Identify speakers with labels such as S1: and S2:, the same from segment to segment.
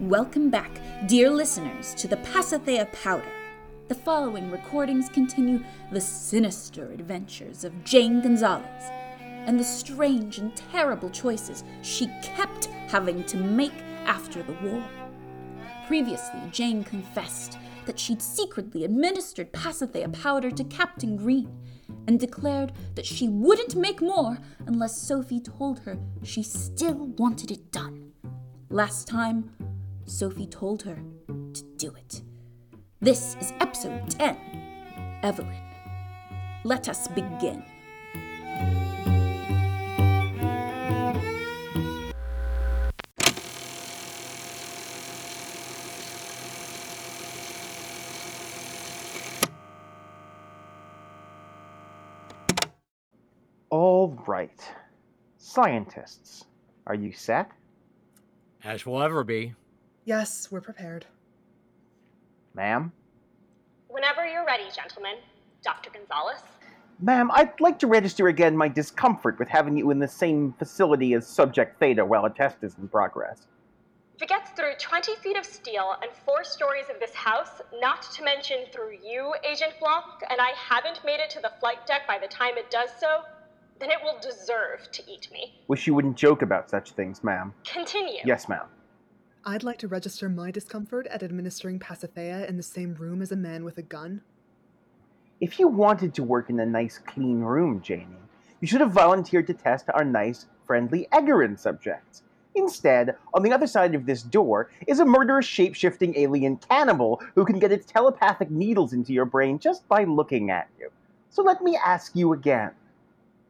S1: Welcome back, dear listeners, to the Pasithea Powder. The following recordings continue the sinister adventures of Jane Gonzalez and the strange and terrible choices she kept having to make after the war. Previously, Jane confessed that she'd secretly administered Pasithea powder to Captain Green and declared that she wouldn't make more unless Sophie told her she still wanted it done. Last time, Sophie told her to do it. This is episode 10 Evelyn. Let us begin.
S2: All right. Scientists, are you set?
S3: As will ever be.
S4: Yes, we're prepared.
S2: Ma'am?
S5: Whenever you're ready, gentlemen. Dr. Gonzalez?
S2: Ma'am, I'd like to register again my discomfort with having you in the same facility as Subject Theta while a test is in progress.
S5: If it gets through 20 feet of steel and four stories of this house, not to mention through you, Agent Blanc, and I haven't made it to the flight deck by the time it does so, then it will deserve to eat me.
S2: Wish you wouldn't joke about such things, ma'am.
S5: Continue.
S2: Yes, ma'am.
S4: I'd like to register my discomfort at administering Pasithea in the same room as a man with a gun.
S2: If you wanted to work in a nice, clean room, Janie, you should have volunteered to test our nice, friendly Egerin subjects. Instead, on the other side of this door is a murderous shape shifting alien cannibal who can get its telepathic needles into your brain just by looking at you. So let me ask you again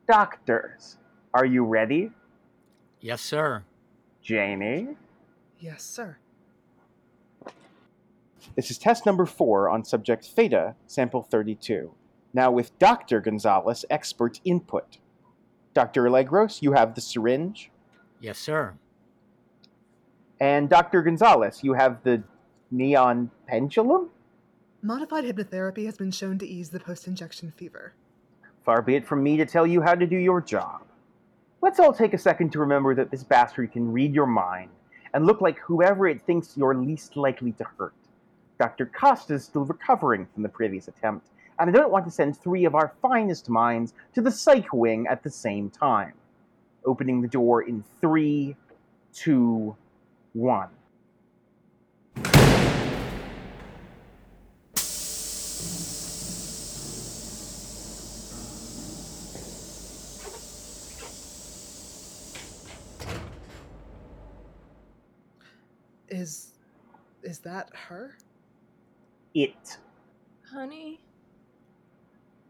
S2: Doctors, are you ready?
S3: Yes, sir.
S2: Janie?
S4: Yes, sir.
S2: This is test number four on subject Theta, sample 32. Now with Dr. Gonzalez, expert input. Dr. Allegros, you have the syringe.
S3: Yes, sir.
S2: And Dr. Gonzalez, you have the neon pendulum?
S4: Modified hypnotherapy has been shown to ease the post injection fever.
S2: Far be it from me to tell you how to do your job. Let's all take a second to remember that this bastard can read your mind and look like whoever it thinks you're least likely to hurt. Dr. Costa is still recovering from the previous attempt, and I don't want to send three of our finest minds to the psych wing at the same time. Opening the door in three, two, one.
S4: Is. is that her?
S2: It.
S6: Honey,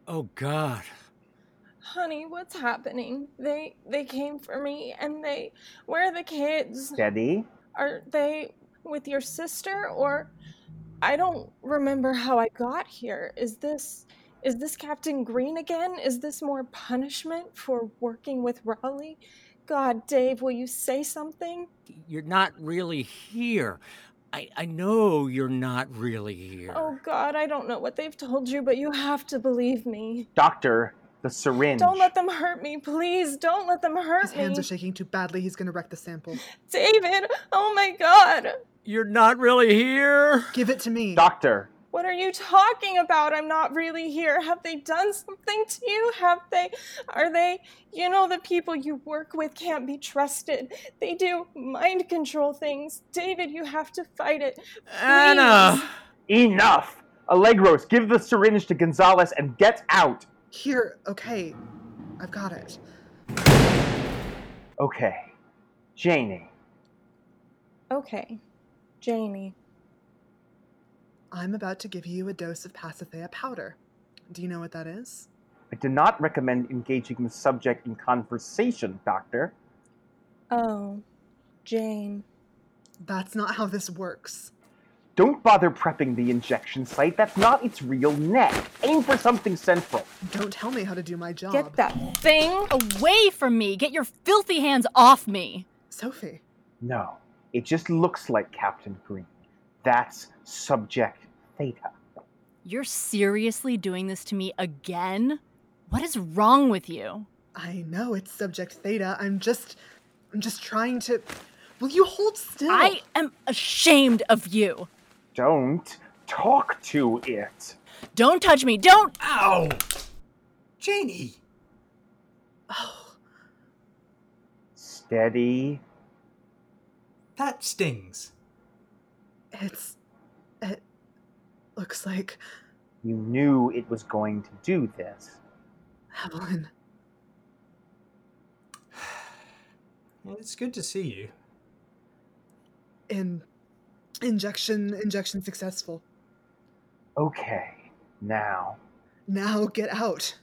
S3: Oh, God.
S6: honey, what's happening? They they came for me and they where are the kids?
S2: Steady.
S6: Are they with your sister or I don't remember how I got here. Is this is this Captain Green again? Is this more punishment for working with Raleigh? God, Dave, will you say something?
S3: You're not really here. I, I know you're not really here.
S6: Oh God, I don't know what they've told you, but you have to believe me.
S2: Doctor, the syringe.
S6: Don't let them hurt me, please. Don't let them hurt
S4: His
S6: me.
S4: hands are shaking too badly, he's gonna wreck the sample.
S6: David, oh my God.
S3: You're not really here.
S4: Give it to me!
S2: Doctor,
S6: What are you talking about? I'm not really here. Have they done something to you? Have they? Are they? You know, the people you work with can't be trusted. They do mind control things. David, you have to fight it.
S3: Anna.
S2: enough! Allegros, give the syringe to Gonzalez and get out!
S4: Here, okay. I've got it.
S2: Okay. Janie,
S6: Okay, Jamie.
S4: I'm about to give you a dose of Pasithea powder. Do you know what that is?
S2: I do not recommend engaging the subject in conversation, Doctor.
S6: Oh, Jane.
S4: That's not how this works.
S2: Don't bother prepping the injection site. That's not its real neck. Aim for something central.
S4: Don't tell me how to do my job.
S6: Get that thing.
S7: Away from me! Get your filthy hands off me!
S4: Sophie.
S2: No, it just looks like Captain Green. That's subject theta.
S7: You're seriously doing this to me again? What is wrong with you?
S4: I know it's subject theta. I'm just I'm just trying to Will you hold still?
S7: I am ashamed of you.
S2: Don't talk to it.
S7: Don't touch me. Don't.
S8: Ow! Janie!
S4: Oh,
S2: Steady.
S8: That stings.
S4: it's. It looks like
S2: You knew it was going to do this.
S4: Evelyn.
S8: It's good to see you.
S4: In injection, injection successful.
S2: Okay, now.
S4: Now get out.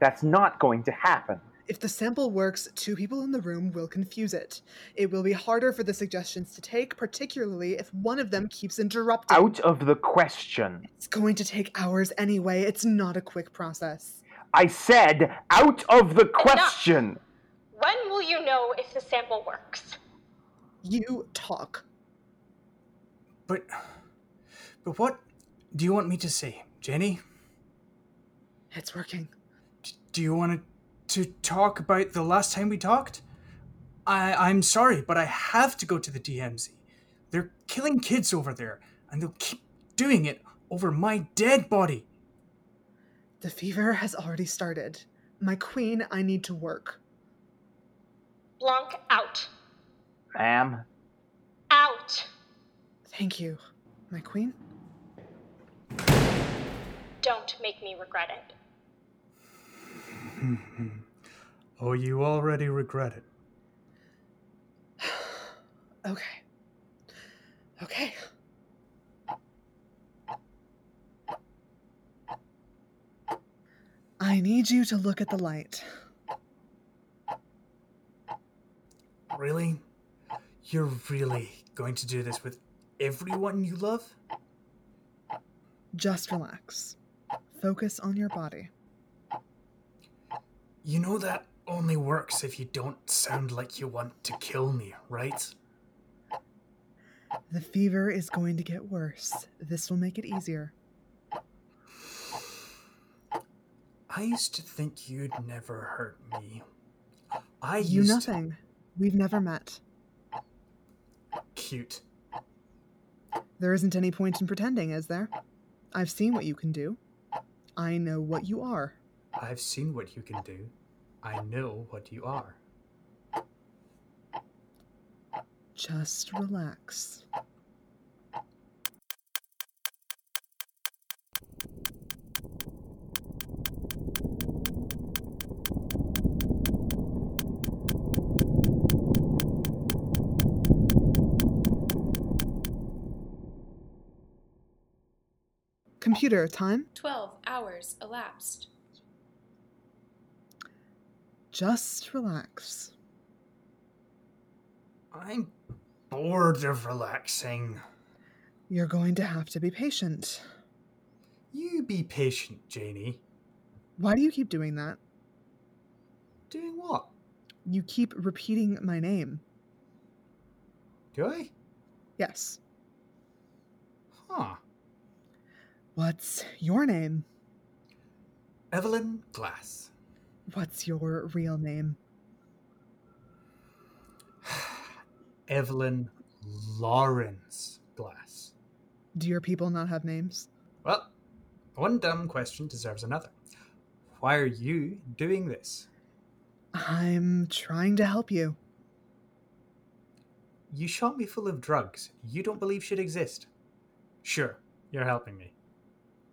S2: That's not going to happen.
S4: If the sample works, two people in the room will confuse it. It will be harder for the suggestions to take, particularly if one of them keeps interrupting.
S2: Out of the question.
S4: It's going to take hours anyway. It's not a quick process.
S2: I said, out of the question!
S5: When will you know if the sample works?
S4: You talk.
S8: But. But what do you want me to say, Jenny?
S4: It's working.
S8: D- do you want to talk about the last time we talked? I, I'm sorry, but I have to go to the DMZ. They're killing kids over there, and they'll keep doing it over my dead body.
S4: The fever has already started. My queen, I need to work.
S5: Blanc out.
S2: Ma'am,
S5: Out.
S4: Thank you. My queen?
S5: Don't make me regret it.
S8: Oh, you already regret it.
S4: Okay. Okay. I need you to look at the light.
S8: Really? You're really going to do this with everyone you love?
S4: Just relax. Focus on your body.
S8: You know that only works if you don't sound like you want to kill me, right?
S4: The fever is going to get worse. This will make it easier.
S8: I used to think you'd never hurt me. I
S4: You
S8: used
S4: nothing. We've never met.
S8: to cute.
S4: There isn't any point in pretending, is there? I've seen what you can do. I know what you are.
S8: I've seen what you can do. I know what you are.
S4: Just relax. Computer time.
S9: 12 hours elapsed.
S4: Just relax.
S8: I'm bored of relaxing.
S4: You're going to have to be patient.
S8: You be patient, Janie.
S4: Why do you keep doing that?
S8: Doing what?
S4: You keep repeating my name.
S8: Do I?
S4: Yes.
S8: Huh.
S4: What's your name?
S8: Evelyn Glass.
S4: What's your real name?
S8: Evelyn Lawrence Glass.
S4: Do your people not have names?
S8: Well, one dumb question deserves another. Why are you doing this?
S4: I'm trying to help you.
S8: You shot me full of drugs you don't believe should exist. Sure, you're helping me.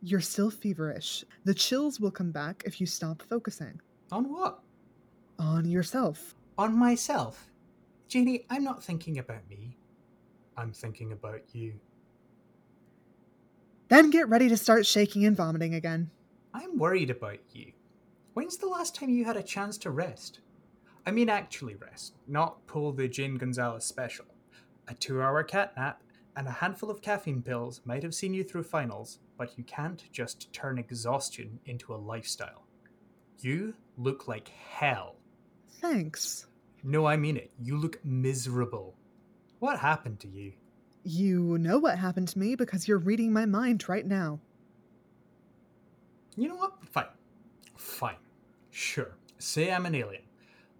S4: You're still feverish. The chills will come back if you stop focusing
S8: On what?
S4: on yourself.
S8: On myself. Jeannie, I'm not thinking about me. I'm thinking about you.
S4: Then get ready to start shaking and vomiting again.
S8: I'm worried about you. When's the last time you had a chance to rest? I mean, actually rest, not pull the Jane Gonzalez special. A two hour cat nap and a handful of caffeine pills might have seen you through finals, but you can't just turn exhaustion into a lifestyle. You look like hell.
S4: Thanks.
S8: No, I mean it. You look miserable. What happened to you?
S4: You know what happened to me because you're reading my mind right now.
S8: You know what? Fine. Fine. Sure. Say I'm an alien.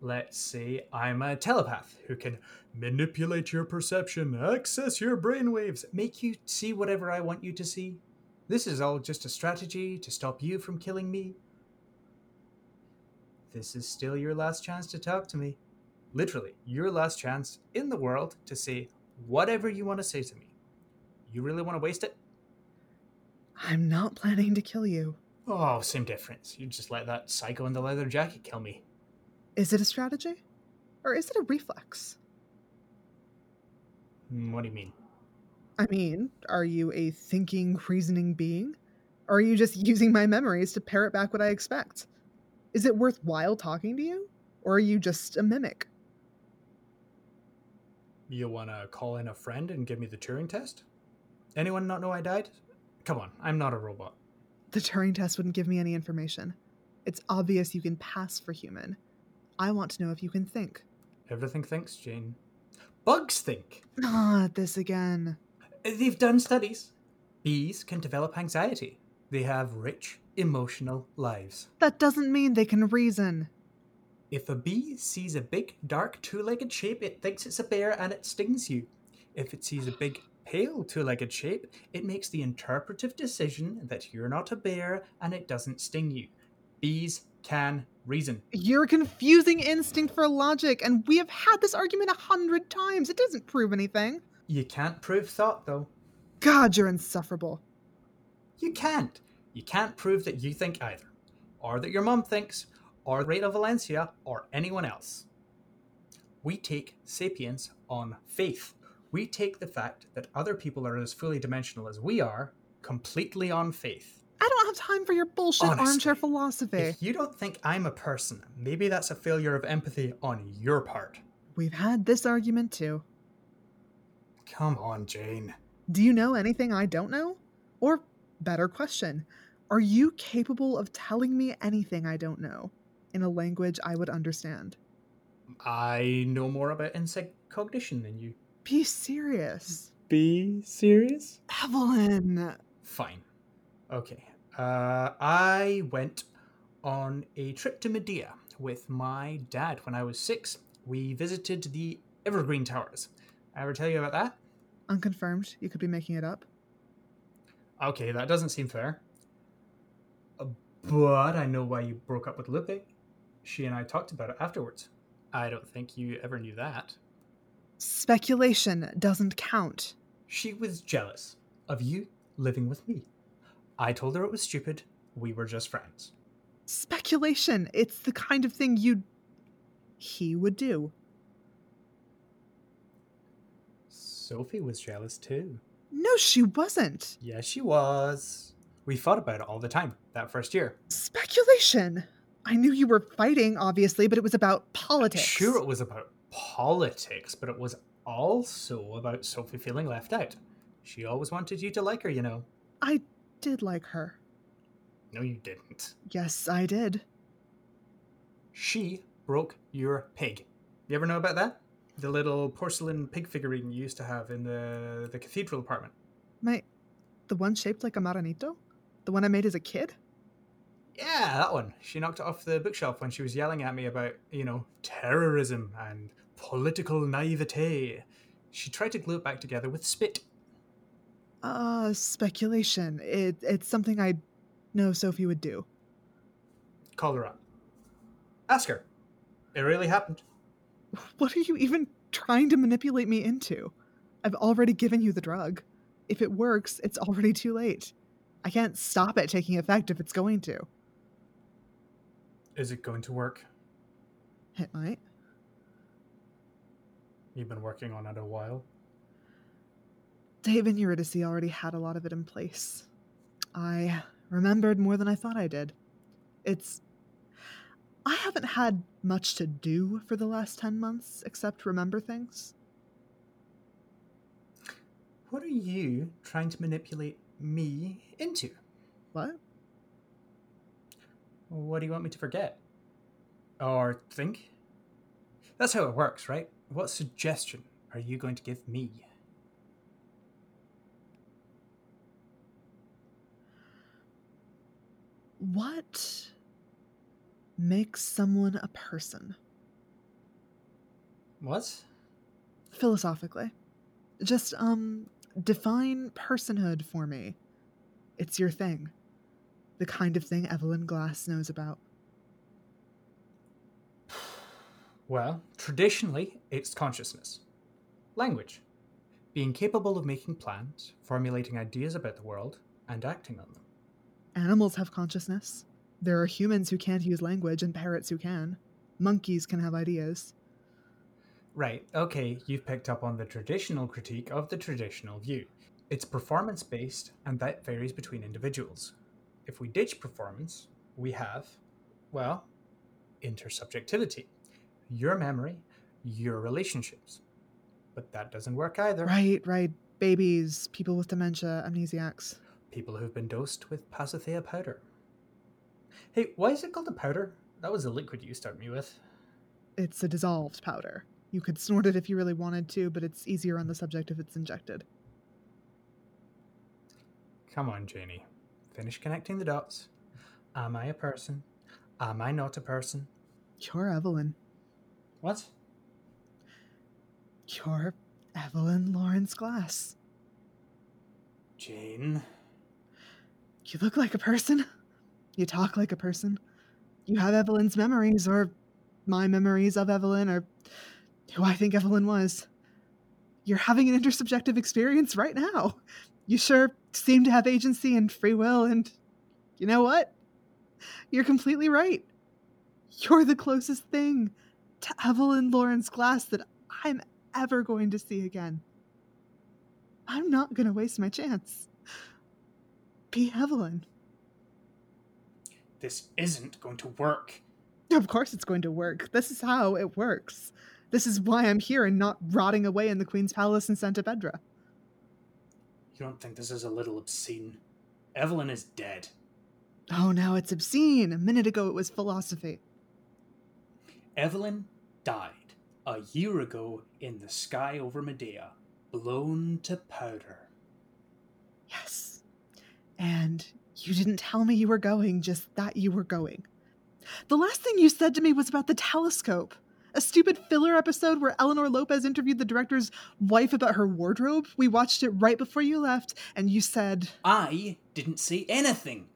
S8: Let's say I'm a telepath who can manipulate your perception, access your brainwaves, make you see whatever I want you to see. This is all just a strategy to stop you from killing me. This is still your last chance to talk to me. Literally, your last chance in the world to say whatever you want to say to me. You really want to waste it?
S4: I'm not planning to kill you.
S8: Oh, same difference. You just let that psycho in the leather jacket kill me.
S4: Is it a strategy? Or is it a reflex?
S8: Hmm, What do you mean?
S4: I mean, are you a thinking, reasoning being? Or are you just using my memories to parrot back what I expect? Is it worthwhile talking to you? Or are you just a mimic?
S8: You want to call in a friend and give me the Turing test? Anyone not know I died? Come on, I'm not a robot.
S4: The Turing test wouldn't give me any information. It's obvious you can pass for human. I want to know if you can think.
S8: Everything thinks, Jane. Bugs think.
S4: Ah, this again.
S8: They've done studies. Bees can develop anxiety. They have rich emotional lives.
S4: That doesn't mean they can reason.
S8: If a bee sees a big, dark, two legged shape, it thinks it's a bear and it stings you. If it sees a big, pale, two legged shape, it makes the interpretive decision that you're not a bear and it doesn't sting you. Bees can reason.
S4: You're confusing instinct for logic, and we have had this argument a hundred times. It doesn't prove anything.
S8: You can't prove thought, though.
S4: God, you're insufferable.
S8: You can't. You can't prove that you think either, or that your mum thinks, or Rita Valencia, or anyone else. We take sapience on faith. We take the fact that other people are as fully dimensional as we are completely on faith.
S4: I don't have time for your bullshit
S8: Honestly,
S4: armchair philosophy.
S8: If you don't think I'm a person, maybe that's a failure of empathy on your part.
S4: We've had this argument too.
S8: Come on, Jane.
S4: Do you know anything I don't know? Or, better question, are you capable of telling me anything I don't know in a language I would understand?
S8: I know more about insect cognition than you.
S4: Be serious.
S8: Be serious?
S4: Evelyn!
S8: Fine. Okay. Uh, I went on a trip to Medea with my dad when I was six. We visited the Evergreen Towers. I ever tell you about that?
S4: Unconfirmed, you could be making it up.
S8: Okay, that doesn't seem fair. Uh, But I know why you broke up with Lupe. She and I talked about it afterwards. I don't think you ever knew that.
S4: Speculation doesn't count.
S8: She was jealous of you living with me. I told her it was stupid. We were just friends.
S4: Speculation, it's the kind of thing you. he would do.
S8: Sophie was jealous too.
S4: No, she wasn't.
S8: Yes, she was. We fought about it all the time that first year.
S4: Speculation! I knew you were fighting, obviously, but it was about politics.
S8: Sure, it was about politics, but it was also about Sophie feeling left out. She always wanted you to like her, you know.
S4: I did like her.
S8: No, you didn't.
S4: Yes, I did.
S8: She broke your pig. You ever know about that? The little porcelain pig figurine you used to have in the, the cathedral apartment.
S4: My, the one shaped like a maranito, the one I made as a kid.
S8: Yeah, that one. She knocked it off the bookshelf when she was yelling at me about, you know, terrorism and political naivete. She tried to glue it back together with spit.
S4: Uh, speculation. It it's something I know Sophie would do.
S8: Call her up. Ask her. It really happened.
S4: What are you even trying to manipulate me into? I've already given you the drug. If it works, it's already too late. I can't stop it taking effect if it's going to.
S8: Is it going to work?
S4: It might.
S8: You've been working on it a while.
S4: Dave and Eurydice already had a lot of it in place. I remembered more than I thought I did. It's. I haven't had much to do for the last 10 months except remember things.
S8: What are you trying to manipulate me into?
S4: What?
S8: What do you want me to forget? Or think? That's how it works, right? What suggestion are you going to give me?
S4: What makes someone a person?
S8: What?
S4: philosophically. Just um define personhood for me. It's your thing. The kind of thing Evelyn Glass knows about.
S8: Well, traditionally, it's consciousness. Language. Being capable of making plans, formulating ideas about the world, and acting on them.
S4: Animals have consciousness. There are humans who can't use language and parrots who can. Monkeys can have ideas.
S8: Right, okay, you've picked up on the traditional critique of the traditional view. It's performance based, and that varies between individuals. If we ditch performance, we have, well, intersubjectivity your memory, your relationships. But that doesn't work either.
S4: Right, right. Babies, people with dementia, amnesiacs.
S8: People who've been dosed with Pasithea powder. Hey, why is it called a powder? That was the liquid you started me with.
S4: It's a dissolved powder. You could snort it if you really wanted to, but it's easier on the subject if it's injected.
S8: Come on, Janie. Finish connecting the dots. Am I a person? Am I not a person?
S4: You're Evelyn.
S8: What?
S4: You're Evelyn Lawrence Glass.
S8: Jane.
S4: You look like a person. You talk like a person. You have Evelyn's memories, or my memories of Evelyn, or who I think Evelyn was. You're having an intersubjective experience right now. You sure seem to have agency and free will, and you know what? You're completely right. You're the closest thing to Evelyn Lawrence Glass that I'm ever going to see again. I'm not going to waste my chance. Be Evelyn.
S8: This isn't going to work.
S4: Of course it's going to work. This is how it works. This is why I'm here and not rotting away in the Queen's Palace in Santa Pedra.
S8: You don't think this is a little obscene? Evelyn is dead.
S4: Oh, now it's obscene. A minute ago it was philosophy.
S8: Evelyn died a year ago in the sky over Medea, blown to powder.
S4: Yes. And you didn't tell me you were going, just that you were going. The last thing you said to me was about the telescope. A stupid filler episode where Eleanor Lopez interviewed the director's wife about her wardrobe. We watched it right before you left, and you said,
S8: I didn't say anything.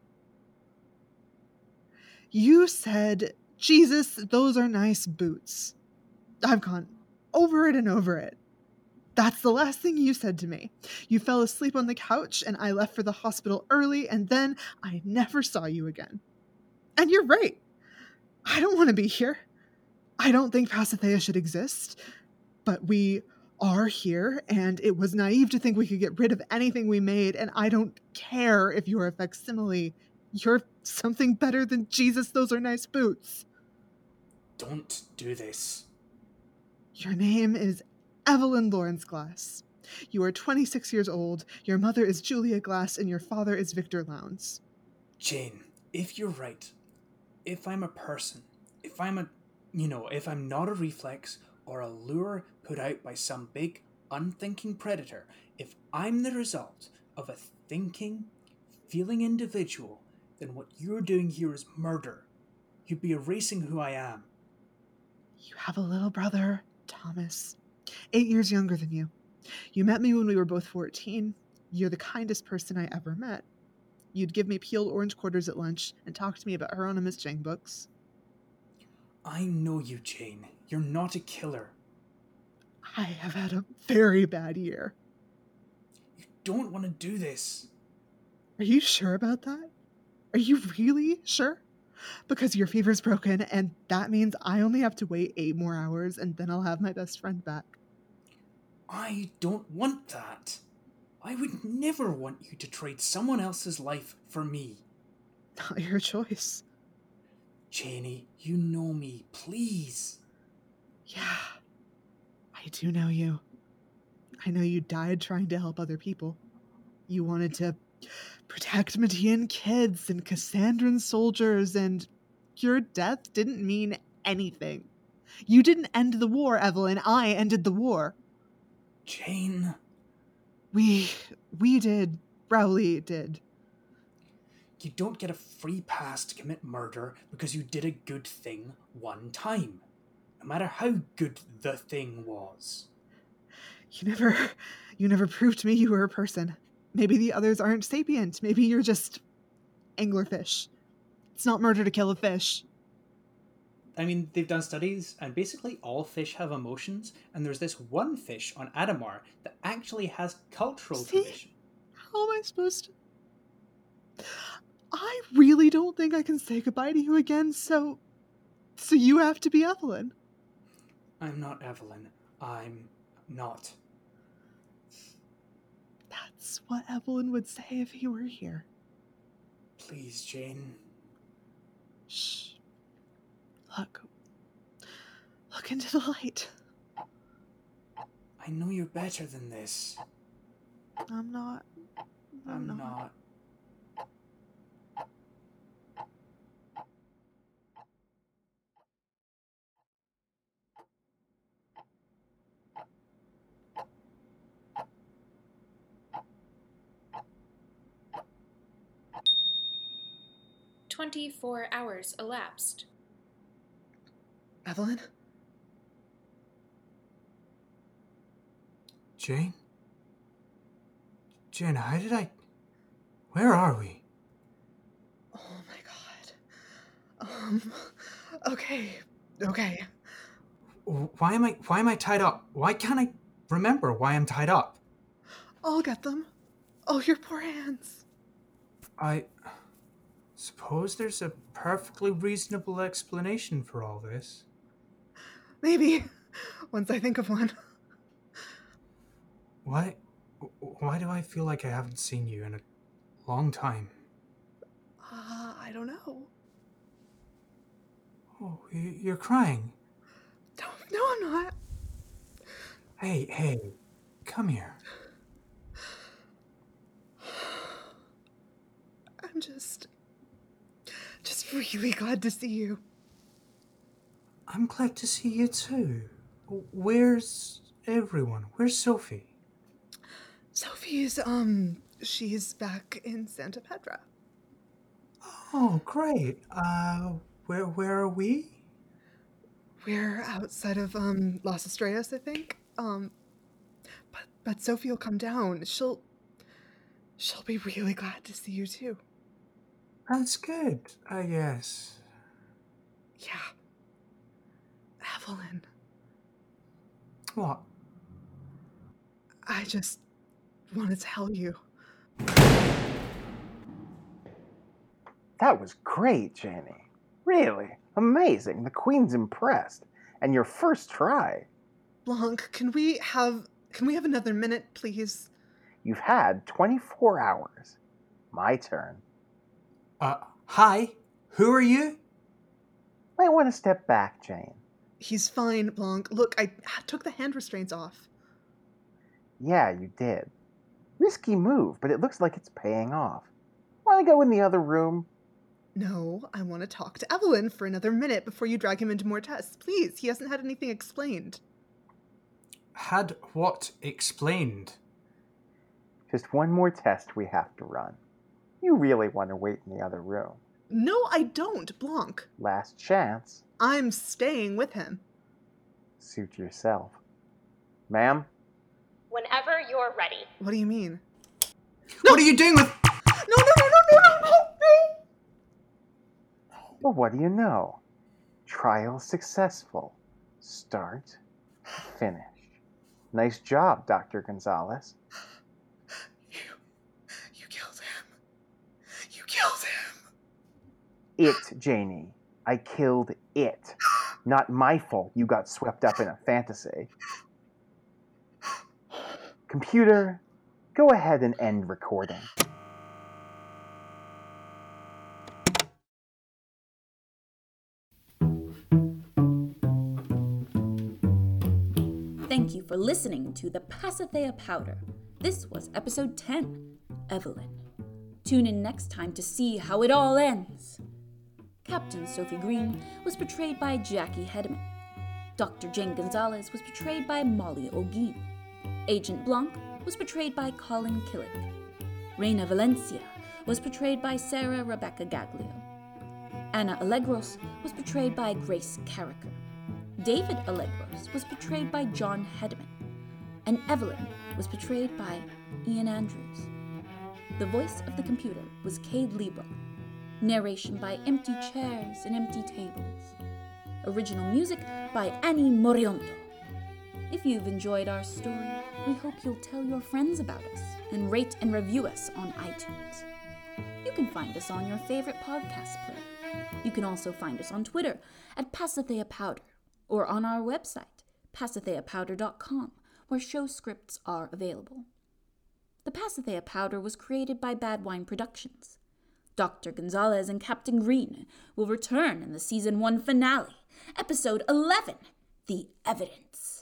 S4: You said, Jesus, those are nice boots. I've gone over it and over it. That's the last thing you said to me. You fell asleep on the couch, and I left for the hospital early, and then I never saw you again. And you're right. I don't want to be here. I don't think Pasithea should exist, but we are here, and it was naive to think we could get rid of anything we made, and I don't care if you're a facsimile. You're something better than Jesus, those are nice boots.
S8: Don't do this.
S4: Your name is Evelyn Lawrence Glass. You are 26 years old, your mother is Julia Glass, and your father is Victor Lowndes.
S8: Jane, if you're right, if I'm a person, if I'm a, you know, if I'm not a reflex or a lure put out by some big, unthinking predator, if I'm the result of a thinking, feeling individual, then what you're doing here is murder. You'd be erasing who I am.
S4: You have a little brother, Thomas, eight years younger than you. You met me when we were both 14. You're the kindest person I ever met. You'd give me peeled orange quarters at lunch and talk to me about Hieronymus Jang books.
S8: I know you, Jane. You're not a killer.
S4: I have had a very bad year.
S8: You don't want to do this.
S4: Are you sure about that? Are you really sure? Because your fever's broken, and that means I only have to wait eight more hours and then I'll have my best friend back.
S8: I don't want that. I would never want you to trade someone else's life for me.
S4: Not your choice.
S8: Janie, you know me, please.
S4: Yeah, I do know you. I know you died trying to help other people. You wanted to protect Medean kids and Cassandran soldiers, and your death didn't mean anything. You didn't end the war, Evelyn. I ended the war.
S8: Jane,
S4: We, we did. Rowley did.
S8: you don't get a free pass to commit murder because you did a good thing one time. no matter how good the thing was.
S4: You never you never proved to me you were a person. Maybe the others aren't sapient. Maybe you're just anglerfish. It's not murder to kill a fish.
S8: I mean, they've done studies, and basically all fish have emotions, and there's this one fish on Adamar that actually has cultural
S4: See?
S8: tradition.
S4: How am I supposed to I really don't think I can say goodbye to you again, so so you have to be Evelyn.
S8: I'm not Evelyn. I'm not.
S4: That's what Evelyn would say if he were here.
S8: Please, Jane.
S4: Shh. Look. Look into the light.
S8: I know you're better than this.
S4: I'm not.
S8: I'm not.
S9: Twenty four hours elapsed.
S4: Evelyn?
S8: Jane? Jane, how did I. Where are we?
S4: Oh my god. Um. Okay. Okay.
S8: Why am I why am I tied up? Why can't I remember why I'm tied up?
S4: I'll get them. Oh, your poor hands.
S8: I suppose there's a perfectly reasonable explanation for all this.
S4: Maybe. Once I think of one.
S8: Why why do I feel like I haven't seen you in a long time?
S4: Uh, I don't know.
S8: Oh, y- you're crying.
S4: Don't, no, I'm not.
S8: Hey, hey. Come here.
S4: I'm just. Just really glad to see you.
S8: I'm glad to see you too. Where's everyone? Where's Sophie?
S4: Sophie's, um, she's back in Santa Pedra.
S8: Oh, great. Uh where where are we?
S4: We're outside of um Las Estrellas, I think. Um but but Sophie will come down. She'll she'll be really glad to see you too.
S8: That's good, I guess.
S4: Yeah. Evelyn,
S8: What?
S4: I just want to tell you.
S2: That was great, Janie. Really amazing. The queen's impressed, and your first try.
S4: Blanc, can we have can we have another minute, please?
S2: You've had 24 hours. My turn.
S8: Uh, hi. Who are you?
S2: Might want to step back, Jane.
S4: He's fine, Blanc. Look, I took the hand restraints off.
S2: Yeah, you did. Risky move, but it looks like it's paying off. Want to go in the other room?
S4: No, I want to talk to Evelyn for another minute before you drag him into more tests. Please, he hasn't had anything explained.
S8: Had what explained?
S2: Just one more test we have to run. You really want to wait in the other room.
S4: No, I don't, Blanc.
S2: Last chance.
S4: I'm staying with him.
S2: Suit yourself. Ma'am?
S5: Whenever you're ready.
S4: What do you mean?
S8: What are you doing with.
S4: No, no, no, no, no, no, no, no!
S2: Well, what do you know? Trial successful. Start, finish. Nice job, Dr. Gonzalez.
S4: You killed him. You killed him.
S2: It, Janie. I killed it. Not my fault you got swept up in a fantasy. Computer, go ahead and end recording.
S1: Thank you for listening to the Pasithea Powder. This was episode 10 Evelyn. Tune in next time to see how it all ends. Captain Sophie Green was portrayed by Jackie Hedman. Dr. Jane Gonzalez was portrayed by Molly O'Gean. Agent Blanc was portrayed by Colin Killick. Reina Valencia was portrayed by Sarah Rebecca Gaglio. Anna Allegros was portrayed by Grace Carricker. David Allegros was portrayed by John Hedman, and Evelyn was portrayed by Ian Andrews. The voice of the computer was Cade Libro. Narration by Empty Chairs and Empty Tables. Original music by Annie Morionto. If you've enjoyed our story, we hope you'll tell your friends about us and rate and review us on iTunes. You can find us on your favorite podcast player. You can also find us on Twitter at Passathea Powder or on our website, passatheapowder.com, where show scripts are available. The Passathea Powder was created by Bad Wine Productions. Dr. Gonzalez and Captain Green will return in the season 1 finale, episode 11 The Evidence.